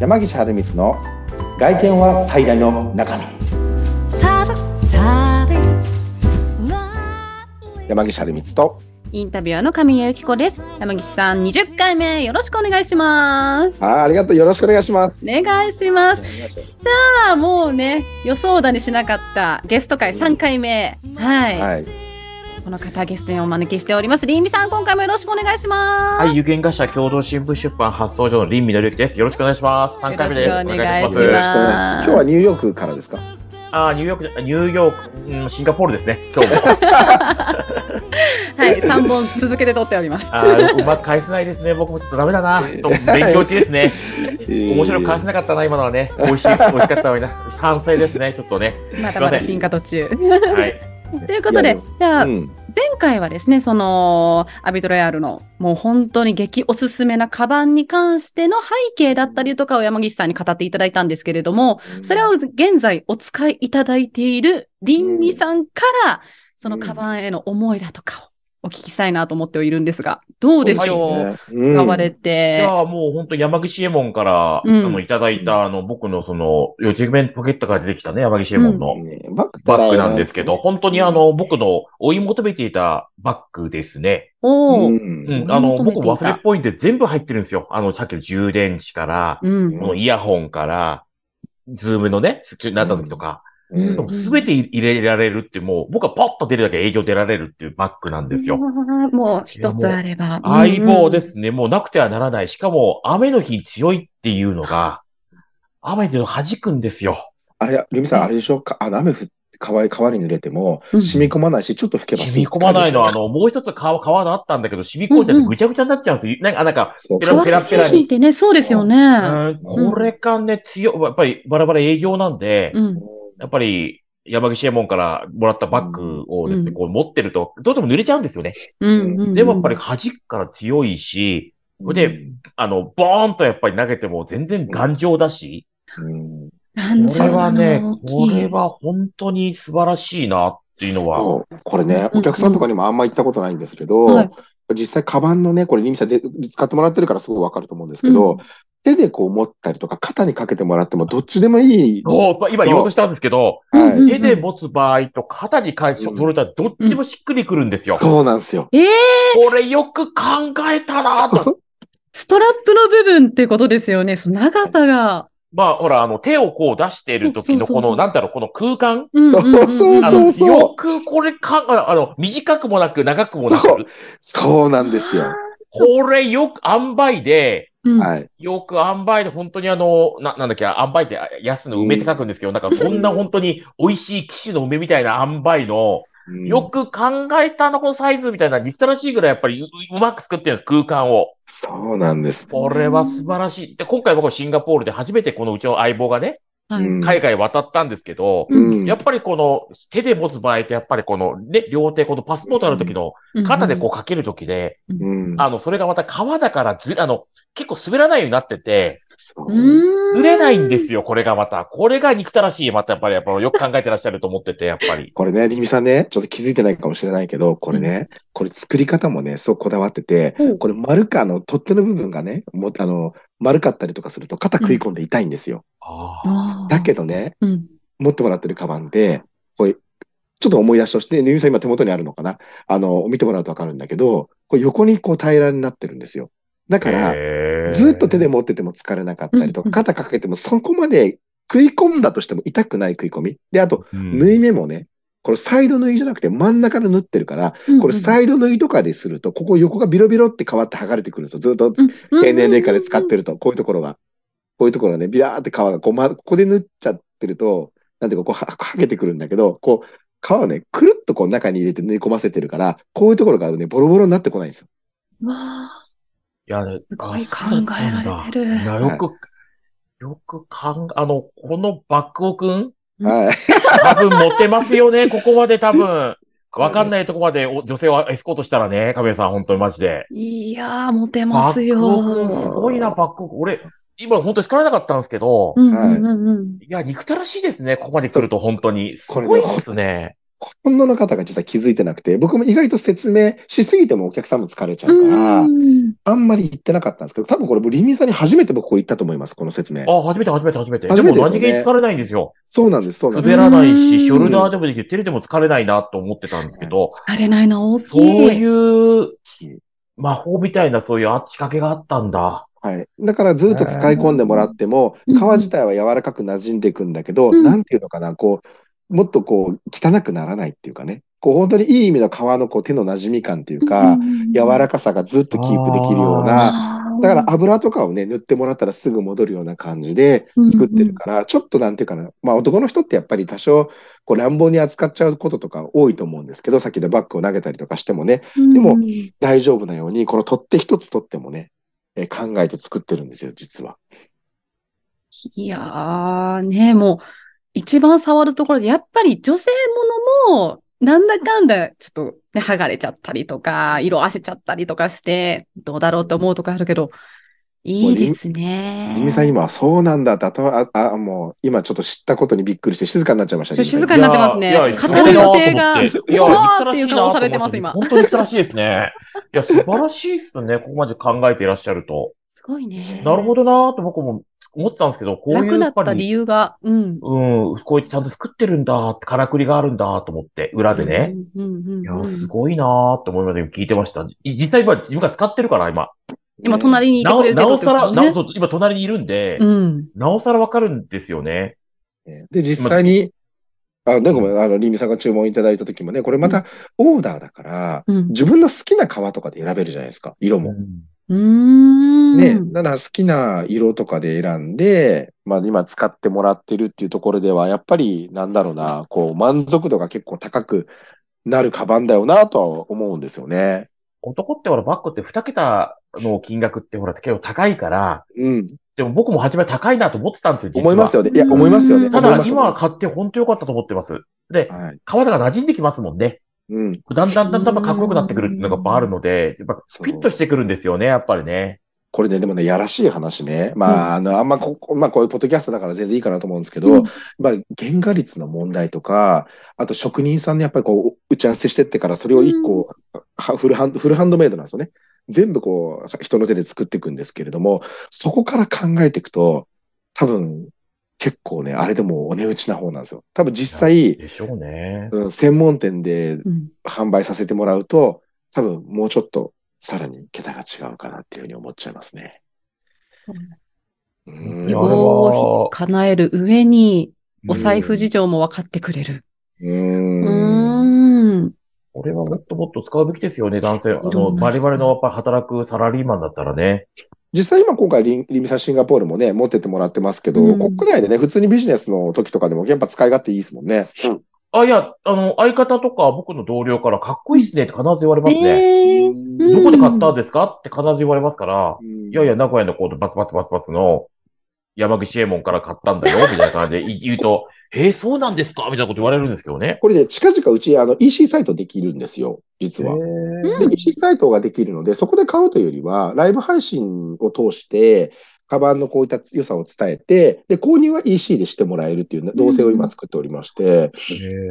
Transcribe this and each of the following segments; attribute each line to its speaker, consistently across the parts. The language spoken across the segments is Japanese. Speaker 1: 山岸春光の外見は最大の中身
Speaker 2: Tata, tata.
Speaker 1: 山岸春光と
Speaker 3: インタビュアーの神谷由紀子です。山岸さん、20回目よろしくお願いします。お
Speaker 1: あーありがとうよろしくお願いします
Speaker 3: 願いします。さあ、もうね、予想だにしなかったゲスト会3回目。はい。
Speaker 1: はい
Speaker 3: この方ゲストにお招きしております。りんみさん、今回もよろしくお願いします。
Speaker 4: はい、有限会社共同新聞出版発送所の林美紀之です。よろしくお願いします。3回目です。
Speaker 3: よろしくお願いします
Speaker 1: よろしくお願いします今日はニューヨークからですか
Speaker 4: あーニューヨークじゃ、ニューヨーク、うんシンガポールですね。今日も。
Speaker 3: はい、3本続けて撮っております。
Speaker 4: あーうまく返せないですね。僕もちょっとダメだな。ちょっと勉強中ですね。面白く返せなかったな、今のはね。美味しい、美味しかったわな。反省ですね、ちょっとね。
Speaker 3: まだまだ進化途中。
Speaker 4: はい。
Speaker 3: ということ
Speaker 1: いや
Speaker 3: で
Speaker 1: で、
Speaker 3: じゃあ、
Speaker 1: うん
Speaker 3: 前回はですね、その、アビトロヤールの、もう本当に激おすすめなカバンに関しての背景だったりとかを山岸さんに語っていただいたんですけれども、それを現在お使いいただいているリンミさんから、そのカバンへの思いだとかをお聞きしたいなと思ってはいるんですが、どうでしょう、
Speaker 1: うん
Speaker 3: 使われ
Speaker 4: い
Speaker 3: て。
Speaker 4: やーもう本当山岸エモ門から、
Speaker 3: うん
Speaker 4: あの、いただいた、あの、僕のその、四次元ポケットから出てきたね、山岸エモ門の。
Speaker 1: ねバック
Speaker 4: バッグなんですけど、本当にあの、僕の追い求めていたバッグですね。
Speaker 3: お
Speaker 1: う
Speaker 3: ー
Speaker 1: ん
Speaker 4: うん。あの、
Speaker 3: 追い求めていた
Speaker 4: 僕忘れっぽいんで全部入ってるんですよ。あの、さっきの充電池から、
Speaker 3: うん。
Speaker 4: このイヤホンから、ズームのね、スキルになった時とか、
Speaker 1: うん
Speaker 4: しかも全て入れられるっていう、もう僕はパッと出るだけ営業出られるっていうバッグなんですよ。
Speaker 3: あーもう一つあれば。
Speaker 4: 相棒で
Speaker 3: うん
Speaker 4: すね。もうなくてはならない。しかも、雨の日に強いっていうのが、雨っていうのを弾くんですよ。
Speaker 1: あれルミさんあれでしょかあの雨降って川に川に濡れても
Speaker 3: うん
Speaker 1: 染み込まないしちょっと吹けば
Speaker 4: 染み込まないのは、あの、もう一つ皮、皮のあったんだけど、染み込んじゃっ
Speaker 3: うんう
Speaker 4: て
Speaker 3: ん
Speaker 4: ぐちゃぐちゃになっちゃうんですよ。なんか、なんか、
Speaker 1: そう
Speaker 4: ペラペラペラ
Speaker 3: 革製品ってね、そうですよね。
Speaker 4: うんこれがね、強い、やっぱりバラバラ営業なんで、
Speaker 3: うん。
Speaker 4: やっぱり山岸エモ門からもらったバッグをですね、
Speaker 3: うん
Speaker 4: こう持ってると、どうしても濡れちゃうんですよね。
Speaker 3: うんうん。
Speaker 4: でもやっぱり端っから強いし、であの、ボーンとやっぱり投げても全然頑丈だし、
Speaker 1: うん
Speaker 3: なん
Speaker 4: こ
Speaker 3: じゃ
Speaker 4: れはね
Speaker 3: 大、き
Speaker 4: こ
Speaker 3: い
Speaker 4: れは本当に素晴らしいなっていうのは、
Speaker 1: そうこれね、
Speaker 3: うん
Speaker 1: お客さんとかにもあんま行ったことないんですけ
Speaker 3: は
Speaker 1: ど
Speaker 3: い、
Speaker 1: 実際、カバンのね、これ、リミさんぜ、使ってもらってるからすごいわかると思うんですけど、手でこう持ったりとか、肩にかけてもらっても、どっちでもいい。
Speaker 4: おーそう今言おうとしたんですけど、
Speaker 1: は
Speaker 3: うん
Speaker 1: い。
Speaker 4: 手で持つ場合と肩に返し取るとはどっちもしっくりくるんですよ。
Speaker 1: そうなんですよ。
Speaker 3: ええ
Speaker 4: これよく考えたなと。
Speaker 3: ストラップの部分ってことですよね。その長さが。
Speaker 4: まあ、ほら、あの、手をこう出してる時の
Speaker 3: そうそうそう
Speaker 4: こ
Speaker 3: そう
Speaker 4: の、なんだろう、この空間
Speaker 3: うん
Speaker 1: そうそうそう
Speaker 4: あの、
Speaker 1: そう
Speaker 4: よくこれか、ああの、短くもなく長くもな
Speaker 1: そう
Speaker 4: く、
Speaker 1: そうなんですよ。
Speaker 4: これよく塩梅で、
Speaker 3: うん
Speaker 1: はい。
Speaker 4: よく塩梅で本当にあの、な、なんだっけ、塩梅ってあ安の梅って書くんですけど、なんかそんな本当に美味しい騎士の梅みたいな塩梅
Speaker 1: う
Speaker 4: の、
Speaker 1: ん
Speaker 4: よく考えたあのこのサイズみたいな、憎たらしいぐらいやっぱりううまく作ってるんです、空間を。
Speaker 1: そうなんです。
Speaker 4: これは素晴らしい。で、今回僕はシンガポールで初めてこのうちの相棒がね、
Speaker 3: はい
Speaker 1: うん
Speaker 4: 海外渡ったんですけど、
Speaker 1: うん
Speaker 4: やっぱりこの手で持つ場合って、やっぱりこの、ね、両手、このパスポートある時の肩でこうかける時で、
Speaker 1: うん。
Speaker 4: あの、それがまた皮だからず、あの、結構滑らないようになってて、
Speaker 1: そう
Speaker 3: うん。
Speaker 4: ずれないんですよ、これがまた。これが憎たらしい、またやっぱり、やっぱよく考えてらっしゃると思ってて、やっぱり。
Speaker 1: これね、りみさんね、ちょっと気づいてないかもしれないけど、これね、これ作り方もね、そうこだわってて
Speaker 3: ほう、
Speaker 1: これ丸か、あの、取っ手の部分がね、もあの、丸かったりとかすると肩食い込んで痛いんですよ。
Speaker 4: ああ。
Speaker 3: あー。
Speaker 1: だけどね、
Speaker 3: うん。
Speaker 1: 持ってもらってるカバンで、こういうちょっと思い出しとして、ねゆみさん今手元にあるのかなあの、見てもらうとわかるんだけど、こう横にこう平らになってるんですよ。だから、
Speaker 4: ら
Speaker 1: ずっと手で持ってても疲れなかったりと
Speaker 3: うんう
Speaker 1: か、
Speaker 3: ん
Speaker 1: 肩かけてもそこまで食い込んだとしても痛くない食い込み。で、あと、縫
Speaker 4: 縫
Speaker 1: い目もね、これサイド縫いじゃなくて真ん中で縫ってるから、これサイド縫いとかですると、ここ横がビロビロって変わって剥がれてくるんですよ。ずっと
Speaker 3: 定
Speaker 1: 経年劣化で使ってると、こういうところが、こういうところがね、ビラーって皮が、こう、ま、ここで縫っちゃってると、なんていうか、こう、は、はげてくるんだけど、こう、皮をね、くるっとこう中に入れて縫い込ませてるから、こういうところがね、ボロボロになってこないんですよ。
Speaker 3: わあ
Speaker 4: いや、ね、
Speaker 3: すごい考
Speaker 4: あそうだった
Speaker 3: え
Speaker 4: んだ
Speaker 3: られてる。
Speaker 4: いや、よく、よく考え、あの、このバックオくん、
Speaker 3: うん
Speaker 1: はい。
Speaker 4: 多分モテますよね、ここまで 多分。わかんないとこまでお女性をエスコートしたらね、亀井さん、本当にマジで。
Speaker 3: いやー、モテ
Speaker 4: バ
Speaker 3: ます
Speaker 4: ック
Speaker 3: よ。
Speaker 4: オ君、すごいな、バックオ君。俺、今、本当に叱られなかったんですけど
Speaker 3: う、んうんうんうん。
Speaker 4: いや、憎たらしいですね、ここまで来ると、本当に。す
Speaker 1: これね
Speaker 4: ごいですね。
Speaker 1: ほとんどの方が実は気づいてなくて、僕も意外と説明しすぎてもお客さんも疲れちゃう
Speaker 3: う
Speaker 1: から、
Speaker 3: ん。
Speaker 1: あんまり言ってなかったんですけど、多分これ、リンミンさんに初めて僕これ言ったと思います、この説明。
Speaker 4: あ、初めて、初めて、初めて。
Speaker 1: 初めて
Speaker 4: で
Speaker 1: です
Speaker 4: も
Speaker 1: よね
Speaker 4: 何気に疲れないんですよ。
Speaker 1: そうなんです、そうなんです。
Speaker 4: 滑らないうし、
Speaker 3: ん
Speaker 4: ショルダーでもできる、手でも疲れないなと思ってたんですけど、
Speaker 3: 疲れないな、大きい。
Speaker 4: そういう魔法みたいな、そういうあ仕掛けがあったんだ。
Speaker 1: はい。だからずっと使い込んでもらっても
Speaker 3: うん、
Speaker 1: 皮自体は柔らかく馴染んでいくんだけど、
Speaker 3: うん
Speaker 1: なんていうのかな、こう、もっとこう、汚くならないっていうかね、こう、本当にいい意味の皮のこう手の馴染み感っていうか、柔ら
Speaker 3: か
Speaker 1: かさがずっとキープできるような、だから油とかをね、塗ってもらったらすぐ戻るような感じで作ってるから、ちょっとなんていうかな、まあ男の人ってやっぱり多少、こう乱暴に扱っちゃうこととか多いと思うんですけど、さっきのバッグを投げたりとかしてもね、
Speaker 3: ら、
Speaker 1: でも
Speaker 3: うん
Speaker 1: 大丈夫なように、この取っ手一つ取ってもね、えー考えて作ってるんですよ、実は。
Speaker 3: いやー、ね、もう、一番触るところで、やっぱり女性ものも、なんだかんだ、ちょっと、ね、剥がれちゃったりとか、色あせちゃったりとかして、どうだろうと思うとかあるけど、いいですね。
Speaker 1: リミさん今、そうなんだって頭、あ、あ、もう、今ちょっと知ったことにびっくりして静かになっちゃいました
Speaker 3: ちょ
Speaker 1: リミさん
Speaker 3: 静かになってますね
Speaker 4: いやいや
Speaker 1: 語
Speaker 3: る予定が
Speaker 4: すごいなと思っていや、憎らしいな
Speaker 3: うわ
Speaker 4: と思
Speaker 3: ーっていう顔されてます今
Speaker 4: 本当に憎らしいですね。いや、素晴らしいっすね。ここまで考えていらっしゃると。
Speaker 3: すごいね。
Speaker 4: なるほどなーと僕も思ってたんですけど、こういう
Speaker 3: 楽だ
Speaker 4: や
Speaker 3: っ
Speaker 4: っぱ
Speaker 3: た理
Speaker 4: り、
Speaker 3: 由が、うん。
Speaker 4: うん、こうやってちゃんと作ってるんだって、からくりがあるんだと思って、裏でね。
Speaker 3: うんうんうんうん
Speaker 4: いや、すごいなーって思いました。聞いてました。い実際今、自分が使ってるから、今。
Speaker 3: 今、隣にいて
Speaker 4: な
Speaker 3: く
Speaker 4: お
Speaker 3: れてる
Speaker 4: なお
Speaker 3: ってこ
Speaker 4: さら、
Speaker 3: と
Speaker 4: なお、
Speaker 3: ね。
Speaker 4: そう今隣にいるんで、
Speaker 3: うん。
Speaker 4: なおさらわかるんですよね。
Speaker 1: ねで、実際に、あ、でごめん、あの、リミさんが注文いただいた時もね、これまたオーダーだから、
Speaker 3: うん。
Speaker 1: 自分の好きな革とかで選べるじゃないですか、色も。
Speaker 3: うーん。
Speaker 1: ね、だから好きな色とかで選んで、まあ今使ってもらってるっていうところでは、やっぱりなんだろうな、こう満足度が結構高くなるカバンだよなとは思うんですよね。
Speaker 4: 男ってほら、バッグって2桁の金額ってほら、結構高いから、
Speaker 1: うん、
Speaker 4: でも僕も初め高いなと思ってたんですよ、実
Speaker 1: 思
Speaker 4: は
Speaker 1: いますよね。いや、
Speaker 3: うん
Speaker 1: 思いますよね。
Speaker 4: た
Speaker 1: 思い
Speaker 4: だ
Speaker 1: ま、す
Speaker 4: 今は買って本当良かったと思ってます。で、
Speaker 1: はい。
Speaker 4: 皮が馴染んできますもんね。
Speaker 1: うん。
Speaker 4: だんだんだんだんかっこよくなってくるっていうのがやっぱあるので、やっぱ
Speaker 1: そう
Speaker 4: フィットしてくるんですよね、やっぱりね。
Speaker 1: これね、でもね、やらしい話ね。まあ、あの、あんまこ、こまあ、こういうポッドキャストだから全然いいかなと思うんですけど、
Speaker 3: うん
Speaker 1: まあ、原画率の問題とか、あと職人さんのやっぱりこう、打ち合わせしてってから、それを一個、はフルハンド、フルハンドメイドなんですよね。全部こう、人の手で作っていくんですけれども、そこから考えていくと、多分、結構ね、あれでもお値打ちな方なんですよ。多分実際、
Speaker 4: でしょうね。
Speaker 1: うん、専門店で
Speaker 3: うん
Speaker 1: 販売させてもらうと、多分もうちょっとさらに桁が違うかなっていうふうに思っちゃいますね。うん
Speaker 4: い
Speaker 3: 希
Speaker 4: や
Speaker 3: 望
Speaker 4: あれは
Speaker 3: を叶える上に、お財布事情も分かってくれる。う
Speaker 1: うん。
Speaker 3: ーん。
Speaker 4: これはもっともっと使うべきですよね、男性。あ
Speaker 3: いろ
Speaker 4: の、
Speaker 3: んな人
Speaker 4: 我々のやっぱり働くサラリーマンだったらね。
Speaker 1: 実際今今回リン、リミさんシンガポールもね、持ってってもらってますけど、
Speaker 3: うん
Speaker 1: 国内でね、普通にビジネスの時とかでもやっぱ使い勝手いいですもんね。
Speaker 4: あ、いや、あの、相方とか僕の同僚からかっこいいっすねって必ず言われますね。
Speaker 3: えー
Speaker 1: うん
Speaker 3: ー
Speaker 4: どこで買ったんですかって必ず言われますから、いやいや、名古屋のコートバツバツバツバツの山口衛門から買った んだよ、みたいな感じでい言うと、えー、そうなんですかみたいなこと言われるんですけどね。
Speaker 1: これね、近々うち、あの、EC サイトできるんですよ、実は。
Speaker 4: へー
Speaker 1: で、EC サイトができるので、そこで買うというよりは、ライブ配信を通して、カバンのこういった良さを伝えて、で、購入は EC でしてもらえるっていう動線を今作っておりまして、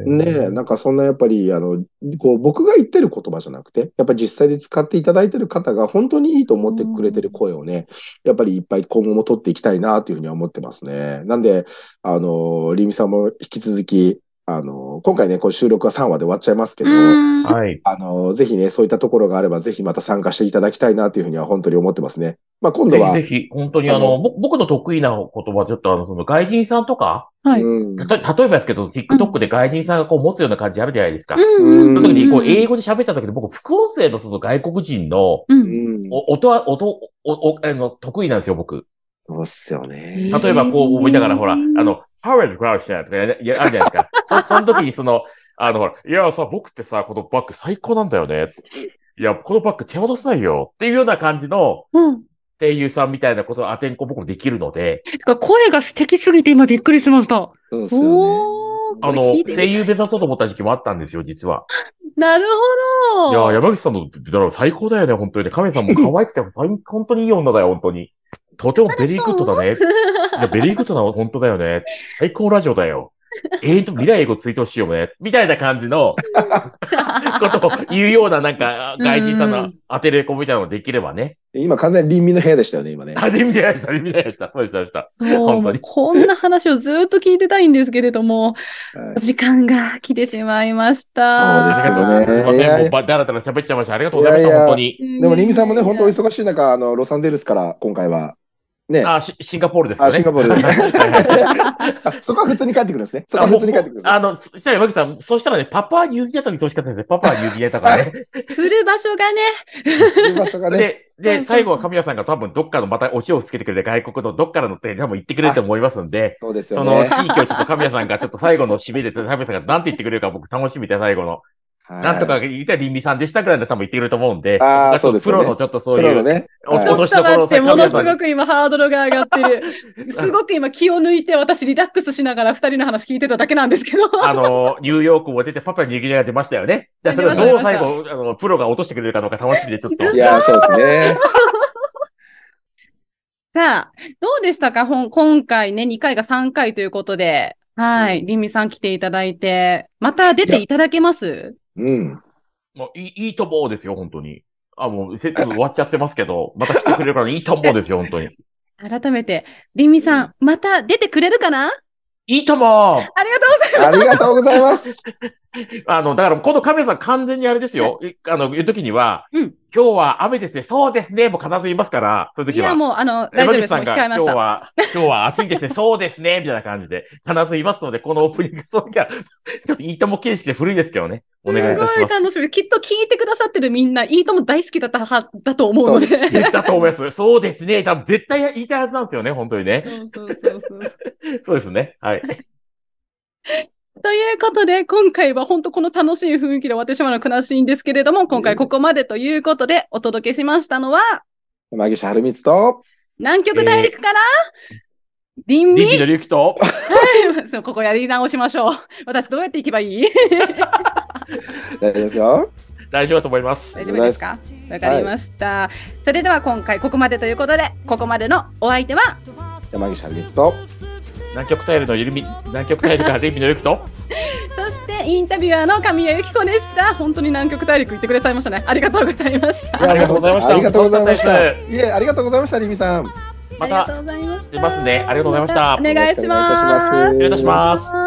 Speaker 1: ねえ、なんかそんなやっぱり、あの、こう、僕が言ってる言葉じゃなくて、やっぱり実際に使っていただいてる方が本当にいいと思ってくれてる声をね、やっぱりいっぱい今後も取っていきたいなというふうには思ってますね。なんで、あの、りみさんも引き続き、あの、今回ね、こう収録は3話で終わっちゃいますけど、
Speaker 3: うん
Speaker 4: はい。
Speaker 1: あの、ぜひね、そういったところがあれば、ぜひまた参加していただきたいなというふうには本当に思ってますね。まあ、今度
Speaker 4: ぜひ
Speaker 1: は、
Speaker 4: ぜひ、本当にあ
Speaker 1: あの
Speaker 4: の、ぼ僕の得意な言葉、ちょっとあの、その外人さんとか、
Speaker 3: はい。
Speaker 1: うん
Speaker 4: たと例えばですけど、TikTok で外人さんがこう持つような感じあるじゃないですか。
Speaker 1: うん
Speaker 4: その時に、こう、
Speaker 3: うん
Speaker 4: 英語で喋った時に、僕、副音声のその外国人の、
Speaker 3: う。
Speaker 1: うんん、
Speaker 4: お音は、音、お、お、あの、得意なんですよ、僕。
Speaker 1: そうっすよね。
Speaker 4: 例えば、こう、思いながら、ほら、あ
Speaker 3: うん
Speaker 4: の、ハーレット・クラウシャーとかや、や、あるじゃない ですか。そ、その時に、その、あの、ほら、いや、さ、僕ってさ、このバッグ最高なんだよね。いや、このバッグ手渡さないよ。っていうような感じの、
Speaker 3: うん。
Speaker 4: 声優さんみたいなことを当てんこ僕もできるので、
Speaker 3: てか声が素敵すぎて今びっくりしました。
Speaker 1: そうっすよ
Speaker 3: おー
Speaker 4: あ
Speaker 3: こ
Speaker 4: の、
Speaker 3: れ聞いてみた
Speaker 4: 声優目指そうと思った時期もあったんですよ、実は。
Speaker 3: なる
Speaker 4: い
Speaker 3: ほ
Speaker 4: や
Speaker 3: ど。
Speaker 4: ー、山口さんのだろ最高だよね、本当にね。亀さんも可愛くて、最本当にいい女だよ、本当に。 とてもベリーグッドだね。いや、ベリーグッドだよ、本当だよね。最高ラジオだよ。永遠と未来英語追悼しようもね。みたいな感じ のことを言うような、なんか、外人さん
Speaker 3: う
Speaker 4: の
Speaker 3: ん
Speaker 4: 当てれこみたいなのできればね。
Speaker 1: 今完全に倫理の部屋でしたよね、今ね。
Speaker 4: あ、で、見てました、見てました。そうでした、そうでした。
Speaker 3: そう、
Speaker 4: 本
Speaker 3: も
Speaker 4: 当
Speaker 3: う
Speaker 4: に
Speaker 3: こんな話をずっと聞いてたいんですけれど
Speaker 1: は
Speaker 3: も、
Speaker 1: い
Speaker 3: 時間が来てしまいまし
Speaker 1: そうです
Speaker 4: あり
Speaker 1: け
Speaker 4: がとう
Speaker 1: ど
Speaker 4: ござ
Speaker 1: ね
Speaker 4: います。すい
Speaker 1: い
Speaker 4: ま
Speaker 1: やいや
Speaker 4: せん、もうばだらだら喋っちゃいました。ありがとうござい
Speaker 1: い
Speaker 4: ました、
Speaker 1: やいや
Speaker 4: 本当に。
Speaker 1: でも、リミさんもね、本当お
Speaker 3: し
Speaker 1: 忙しい中、あの、ロサンゼルスから今回は、ね、
Speaker 4: あ、しシンガポールですかね。
Speaker 1: あシンガポールで
Speaker 4: はい
Speaker 1: あ そこは普通に帰ってくるんですね。そこは普通に帰ってくるんですね。
Speaker 4: あの、そしたら、山口さん、そしたらね、パパはニューギニア島に通しかったんですね。パパはニューギニア 島からね。
Speaker 3: 振る場所がね、
Speaker 1: そういう場所がね。
Speaker 4: で、
Speaker 3: そうそうそ
Speaker 4: で、
Speaker 3: う
Speaker 4: 最後は神谷さんが多分どっかのまたお塩をつけてくれて外国のどっからのって多分行ってくれると思いますんで、
Speaker 1: そうですよ
Speaker 4: その
Speaker 1: ね
Speaker 4: 地。域をちょっと神谷さんがちょっと最後の締めで、神谷さんがなんて言ってくれるか僕楽しみで最後の。
Speaker 1: はい
Speaker 4: なんとか言ったら倫理さんでしたぐらいで多分言ってくれると思うんで、
Speaker 1: あーそうです
Speaker 4: プ
Speaker 1: よね
Speaker 4: ロのちょっとそう
Speaker 1: プ
Speaker 4: い
Speaker 1: ロの
Speaker 4: う、
Speaker 1: ね。
Speaker 4: お
Speaker 1: はい
Speaker 3: ちょっと待って、も
Speaker 4: 今
Speaker 3: の
Speaker 4: 年の
Speaker 3: すごく今ハードルが上がってる。すごく今気を抜いて私リラックスしながら二人の話聞いてただけなんですけど。
Speaker 4: あの、ニューヨークも出てパパニューギニアが出ましたよね。じゃあそれをどう最後、あの、プロが落としてくれるかどうか楽しみでちょっと。
Speaker 1: いやー、そうですね。
Speaker 3: さあ、どうでしたかほん今回ね、2回が3回ということで。はい。りんみさん来ていただいて、また出ていただけます
Speaker 1: うん。
Speaker 4: もういい、いいと思うですよ、本当に。あ、もう、せ終わっちゃってますけど、また来てくれるからいいと思うですよ、本当に。
Speaker 3: 改めて、りんみさん、また出てくれるかない
Speaker 4: いとも
Speaker 3: ありがとうござい
Speaker 1: ありがとうございます。
Speaker 4: あの、だから、今度カメラさん完全にあれですよ。いあの、言うときには、
Speaker 3: うん
Speaker 4: 今日は雨ですね、そうですね、もう必ず言いますから、そういう
Speaker 3: ます。い
Speaker 4: 時は。
Speaker 3: や、もう、あの、大
Speaker 4: 山
Speaker 3: 丈夫で
Speaker 4: 口
Speaker 3: す。も
Speaker 4: さ
Speaker 3: うん控
Speaker 4: が
Speaker 3: え
Speaker 4: 今
Speaker 3: ま
Speaker 4: 日
Speaker 3: した。
Speaker 4: は、今日は暑いですね、そうですね、みたいな感じで、必ず言いますので、このオープニング、その時は、ちょっといいとも形式で古いですけどね、お願いいた
Speaker 3: す
Speaker 4: し
Speaker 3: ごい
Speaker 4: ます。
Speaker 3: 楽しみ。きっと聞いてくださってるみんな、いいとも大好きだったは、だと思うので。
Speaker 4: 言ったと思います。そうですね。多分絶対言いたいはずなんですよね。本当にね。
Speaker 3: そうそうそうそう。
Speaker 4: そうですね。 はい。
Speaker 3: ということで、今回は本当この楽しい雰囲気で私もの悲しいんですけれども、今回ここまでということでお届けしましたのは、
Speaker 1: 山岸春光と、
Speaker 3: 南極大陸から、りん
Speaker 4: リン
Speaker 3: み
Speaker 4: キのリュキと、
Speaker 3: そうここやり直しましょう。 私どうやって行けばい い
Speaker 1: 大丈夫ですよ。
Speaker 4: 大丈夫だと思います。
Speaker 3: 大丈夫ですかわかりました。それでは今回ここまでということで、ここまでのお相手は、
Speaker 1: 山岸春光と、
Speaker 4: 南極大陸のゆるみ、南極大陸からリンキのリュキと、
Speaker 3: そしてインタビュアーの神谷由紀子でした。本当に南極大陸行ってくださいましたね。ありがとうございました。
Speaker 4: ありがとうございました
Speaker 1: ありがとうございまし
Speaker 4: お疲
Speaker 1: た。
Speaker 4: れ様
Speaker 1: いえ、ありがとうございました、リミさん。
Speaker 4: ま
Speaker 3: ありが
Speaker 4: た
Speaker 3: とうございました。
Speaker 4: 出ますねありがとうございました
Speaker 3: お願いします。
Speaker 1: よろしくお願いいたします
Speaker 4: 失礼いたします。
Speaker 3: す。